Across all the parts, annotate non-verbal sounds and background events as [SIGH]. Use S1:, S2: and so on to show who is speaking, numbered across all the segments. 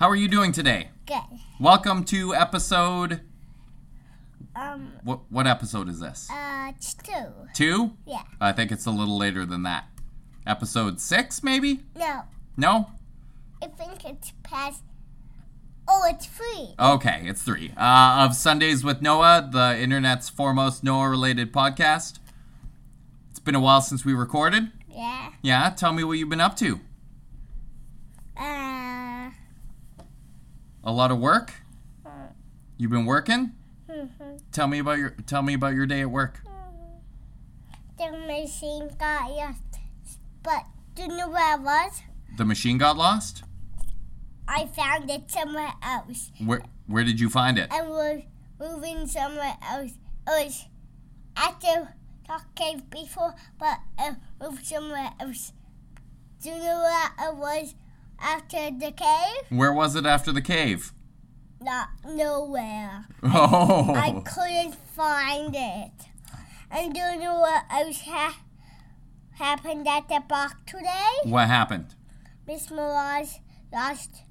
S1: are you doing today?
S2: Good.
S1: Welcome to episode.
S2: Um,
S1: What, what episode is this?
S2: uh, it's two.
S1: Two?
S2: Yeah.
S1: I think it's a little later than that. Episode six, maybe?
S2: No,
S1: No?
S2: I think it's past. Oh, it's three.
S1: Okay, it's three. Uh, of Sundays with Noah, the internet's foremost Noah related podcast. It's been a while since we recorded.
S2: Yeah.
S1: Yeah, tell me what you've been up to.
S2: Uh, [LAUGHS]
S1: A lot of work? You've been working? Tell me about your tell me about your day at work.
S2: the machine got lost. But do you know where it was?
S1: The machine got lost?
S2: I found it somewhere else.
S1: Where where did you find it?
S2: And we're moving somewhere else. It was at the rock cave before, but it moved somewhere else. Do you know where it was after the cave?
S1: Where was it after the cave? [LAUGHS]
S2: Not nowhere.
S1: Oh.
S2: I couldn't find it. And do you know what else ha- happened at the park today?
S1: What happened?
S2: Miss Mirage lost.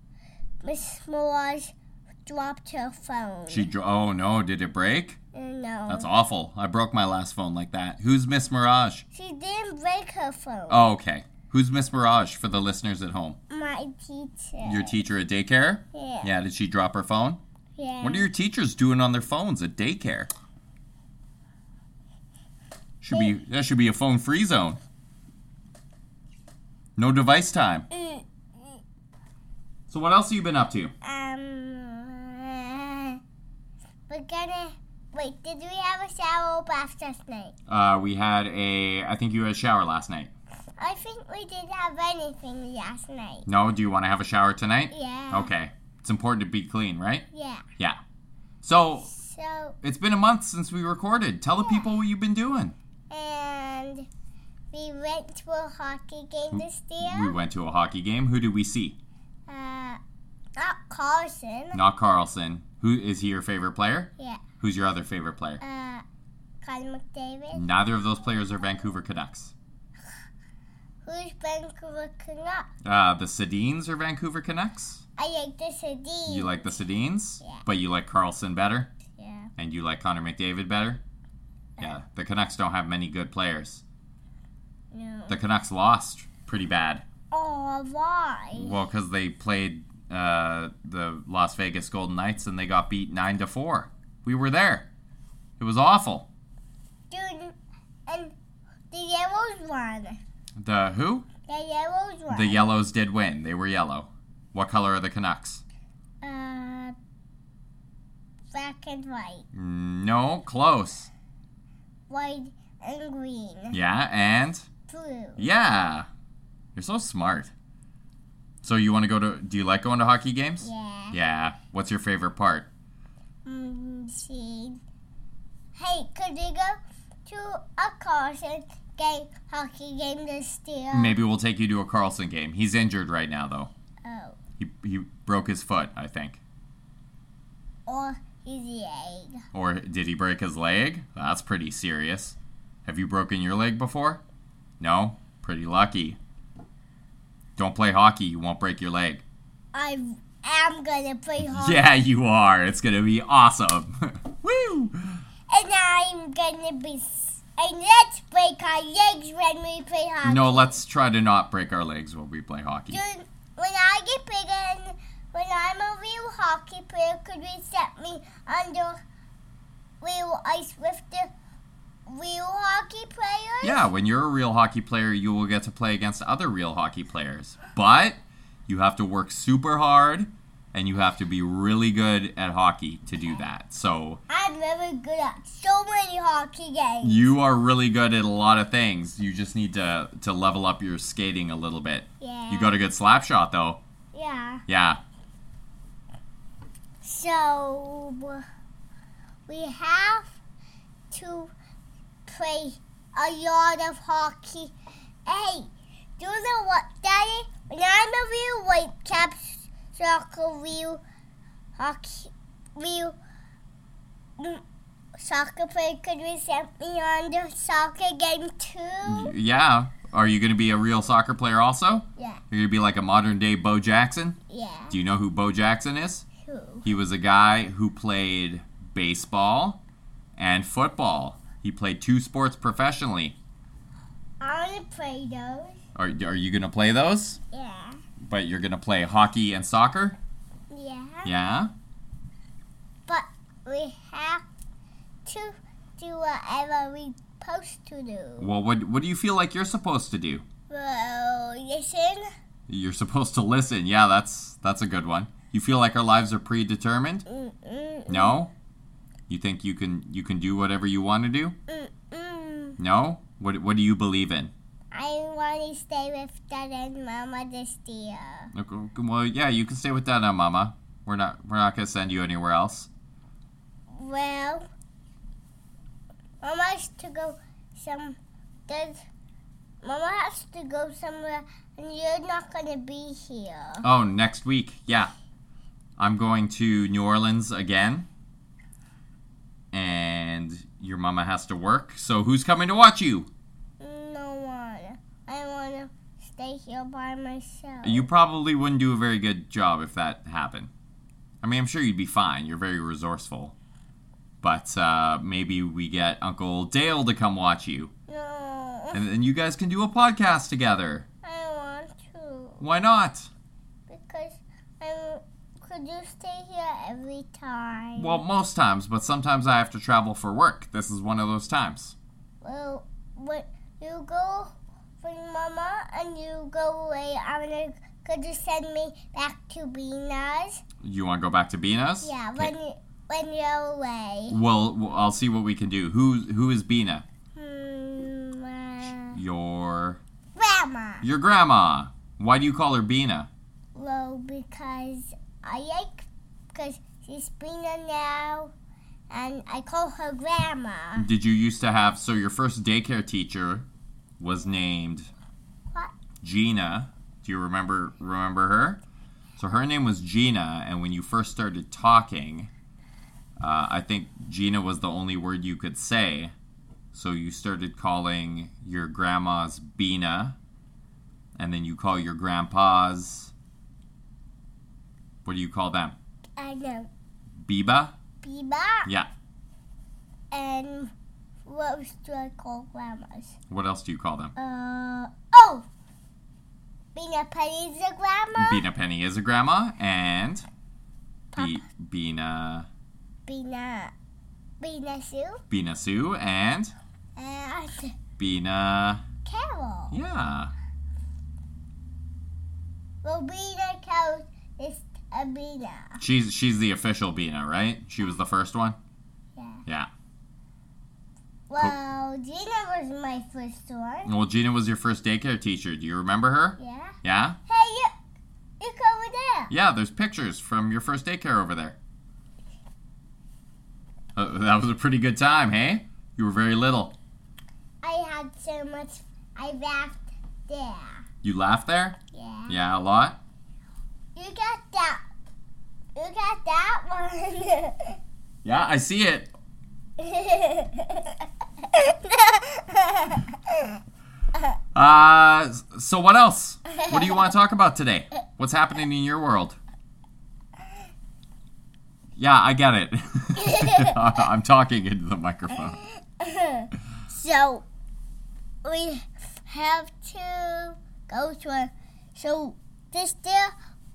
S2: Miss Mirage dropped her phone.
S1: She dro- Oh no, did it break?
S2: no.
S1: That's awful. I broke my last phone like that. Who's Miss Mirage?
S2: She didn't break her phone.
S1: Oh, okay. Who's Miss Mirage for the listeners at home?
S2: My teacher.
S1: Your teacher at daycare?
S2: Yeah.
S1: Yeah, did she drop her phone?
S2: Yeah.
S1: What are your teachers doing on their phones at daycare? Should be that should be a phone free zone. No device time.
S2: Mm,
S1: So what else have you been up to?
S2: um. We're gonna. Wait, did we have a shower or bath last night?
S1: Uh, we had a I think you had a shower last night.
S2: I think we didn't have anything last night.
S1: No, do you want to have a shower tonight?
S2: Yeah.
S1: Okay. It's important to be clean, right?
S2: Yeah.
S1: Yeah. So
S2: So,
S1: it's been a month since we recorded. Tell the people what you've been doing.
S2: and we went to a hockey game this
S1: We
S2: year.
S1: went to a hockey game. Who did we see?
S2: Uh, not Carson.
S1: Not Carlson. Who is he your favorite player?
S2: Yeah.
S1: Who's your other favorite player?
S2: Uh, Colin McDavid.
S1: Neither of those players are Vancouver Canucks.
S2: Who's Vancouver Canucks?
S1: Uh, the Sedines are Vancouver Canucks.
S2: I like the Sedin.
S1: You like the Sedines,
S2: Yeah.
S1: but you like Carlson better,
S2: Yeah.
S1: and you like Connor McDavid better.
S2: Uh.
S1: Yeah, the Canucks don't have many good players.
S2: No.
S1: The Canucks lost pretty bad.
S2: Oh, why?
S1: Well, because they played uh, the Las Vegas Golden Knights and they got beat nine to four. We were there. It was awful.
S2: Dude, and the Yellows won.
S1: The who?
S2: The Yellows won.
S1: The Yellows did win. They were yellow. What color are the Canucks?
S2: uh, black and white.
S1: No, close.
S2: White and green.
S1: Yeah, and
S2: Blue.
S1: yeah, you're so smart. So you want to go to? Do you like going to hockey games?
S2: Yeah.
S1: Yeah. What's your favorite part?
S2: Mm, see. Hey, could we go to a Carson game hockey game this year?
S1: Maybe we'll take you to a Carlson game. He's injured right now, though.
S2: Oh,
S1: He he broke his foot, I think.
S2: or is he egg?
S1: Or did he break his leg? That's pretty serious. Have you broken your leg before? No? Pretty lucky. Don't play hockey, you won't break your leg.
S2: I am gonna play hockey,
S1: Yeah, you are. It's going to be awesome. [LAUGHS] Woo!
S2: and I'm gonna be. s- And let's break our legs when we play hockey.
S1: No, let's try to not break our legs when we play hockey.
S2: Dude, when I get bigger and when I'm a real hockey player, could you set me under real ice with the real hockey players?
S1: Yeah, when you're a real hockey player, you will get to play against other real hockey players. But you have to work super hard and you have to be really good at hockey to do that. So,
S2: I'm very good at so many hockey games.
S1: You are really good at a lot of things. You just need to to level up your skating a little bit.
S2: Yeah.
S1: You got a good slap shot though.
S2: Yeah.
S1: Yeah.
S2: So we have to play a lot of hockey. Hey, do you know what, Daddy? When I'm a real white cap soccer real hockey real mm,
S1: Mm.
S2: soccer player, could we send me on the soccer game too?
S1: Yeah. Are you going to be a real soccer player also?
S2: Yeah.
S1: You're going to be like a modern day Bo Jackson?
S2: Yeah.
S1: Do you know who Bo Jackson is?
S2: Who?
S1: He was a guy who played baseball and football. He played two sports professionally.
S2: I want to play those.
S1: Are, are you going to play those?
S2: Yeah.
S1: But you're going to play hockey and soccer?
S2: Yeah.
S1: Yeah.
S2: But we have to do whatever we supposed to do.
S1: Well, what, what do you feel like you're supposed to do?
S2: Well, listen.
S1: You're [LAUGHS] supposed to listen. Yeah, that's that's a good one. You feel like our lives are predetermined?
S2: Mm-mm.
S1: No? You think you can you can do whatever you want to do?
S2: Mm-mm.
S1: No? What what do you believe in?
S2: I want to stay with Dad and Mama this year.
S1: Okay, Well, yeah, you can stay with Dad and Mama. We're not we're not going to send you anywhere else.
S2: Well, Mama has to go some. There's, Mama has to go somewhere, and you're not gonna be here.
S1: Oh, next week. Yeah. I'm going to New Orleans again. And your mama has to work. So who's coming to watch you?
S2: No one. I want to stay here by myself.
S1: You probably wouldn't do a very good job if that happened. I mean, I'm sure you'd be fine. You're very resourceful. But uh, maybe we get Uncle Dale to come watch you.
S2: No.
S1: And then you guys can do a podcast together.
S2: I want to
S1: Why not?
S2: because I could you stay here every time.
S1: Well, most times, but sometimes I have to travel for work. This is one of those times.
S2: Well, when you go with Mama and you go away, I'm gonna could you send me back to Bina's?
S1: You want to go back to Bina's?
S2: Yeah,
S1: Okay.
S2: when you, when you're away.
S1: Well, w- I'll see what we can do. Who who is Bina?
S2: Hmm, uh,
S1: Your
S2: grandma.
S1: your grandma. Why do you call her Bina?
S2: Well, because I like because she's Bina now, and I call her Grandma.
S1: Did you used to have so your first daycare teacher was named
S2: What?
S1: Gina. Do you remember remember her? So her name was Gina, and when you first started talking, uh, I think Gina was the only word you could say. So you started calling your grandma's Bina, and then you call your grandpa's. What do you call them?
S2: I know
S1: Biba?
S2: Biba.
S1: Yeah.
S2: And what else do I call grandmas?
S1: What else do you call them?
S2: Uh oh, Bina Penny's a grandma.
S1: Bina Penny is a grandma, and Be-
S2: Papa.
S1: Bina
S2: Bina, Bina Sue,
S1: Bina Sue and
S2: and
S1: Bina.
S2: Carol.
S1: Yeah.
S2: Well, Bina Carol is a Bina.
S1: She's she's the official Bina, right? She was the first one.
S2: Yeah.
S1: Yeah.
S2: Well, Gina was my first one.
S1: Well, Gina was your first daycare teacher. Do you remember her?
S2: Yeah.
S1: Yeah.
S2: Hey, you, look over there.
S1: Yeah. There's pictures from your first daycare over there. Uh, that was a pretty good time, hey? You were very little.
S2: I had so much. I laughed there.
S1: You laughed there?
S2: Yeah.
S1: Yeah, a lot.
S2: You got that. You got that one.
S1: Yeah, I see it. Uh, s- so what else? What do you
S2: [LAUGHS]
S1: want to talk about today? What's happening in your world? Yeah, I get it. [LAUGHS] I'm talking into the microphone.
S2: [LAUGHS] so we have to go to. A, so this year,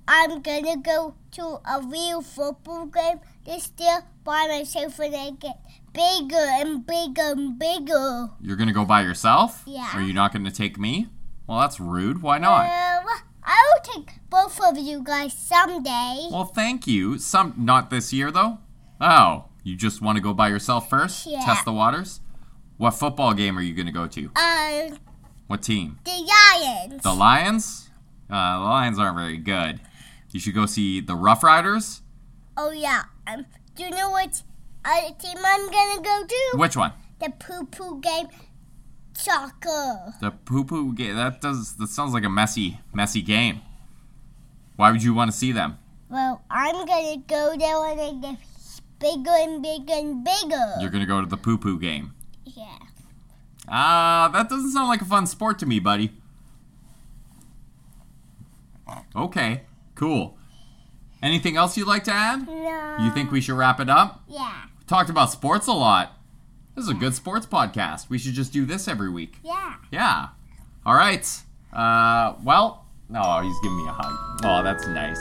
S2: I'm gonna go to a real football game this year by myself, and I get bigger and bigger and bigger.
S1: You're gonna go by yourself?
S2: Yeah.
S1: Are you not gonna take me? Well, that's rude. Why not?
S2: Um, I will take both of you guys someday.
S1: Well, thank you. Some not this year though. Oh, you just want to go by yourself first?
S2: Yeah.
S1: Test the waters. What football game are you gonna go to?
S2: Uh,
S1: What team?
S2: the Giants.
S1: The Lions? Uh, the Lions aren't very good. You should go see the Rough Riders.
S2: oh yeah. Um, do you know what other team I'm gonna go to?
S1: Which one?
S2: The poo poo game, soccer.
S1: The poo poo game. That does. That sounds like a messy, messy game. Why would you want to see them?
S2: Well, I'm gonna go there when I get bigger and bigger and bigger.
S1: You're gonna go to the poo poo game.
S2: yeah.
S1: Ah, that doesn't sound like a fun sport to me, buddy. Okay, cool. Anything else you'd like to add?
S2: No.
S1: You think we should wrap it up?
S2: Yeah.
S1: We talked about sports a lot. This is a good sports podcast. We should just do this every week.
S2: Yeah.
S1: Yeah. All right. Uh, well, oh, he's giving me a hug. Oh, that's nice.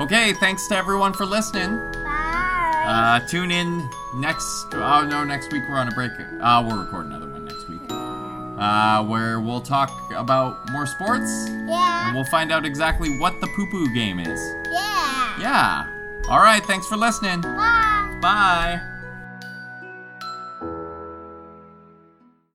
S1: Okay, thanks to everyone for listening.
S2: Bye.
S1: Uh, tune in next. Oh no, next week we're on a break. Uh, we'll record another one next week, uh, where we'll talk about more sports and
S2: yeah.
S1: we'll find out exactly what the poo poo game is.
S2: Yeah.
S1: Yeah. All right. Thanks for listening.
S2: Bye.
S1: Bye.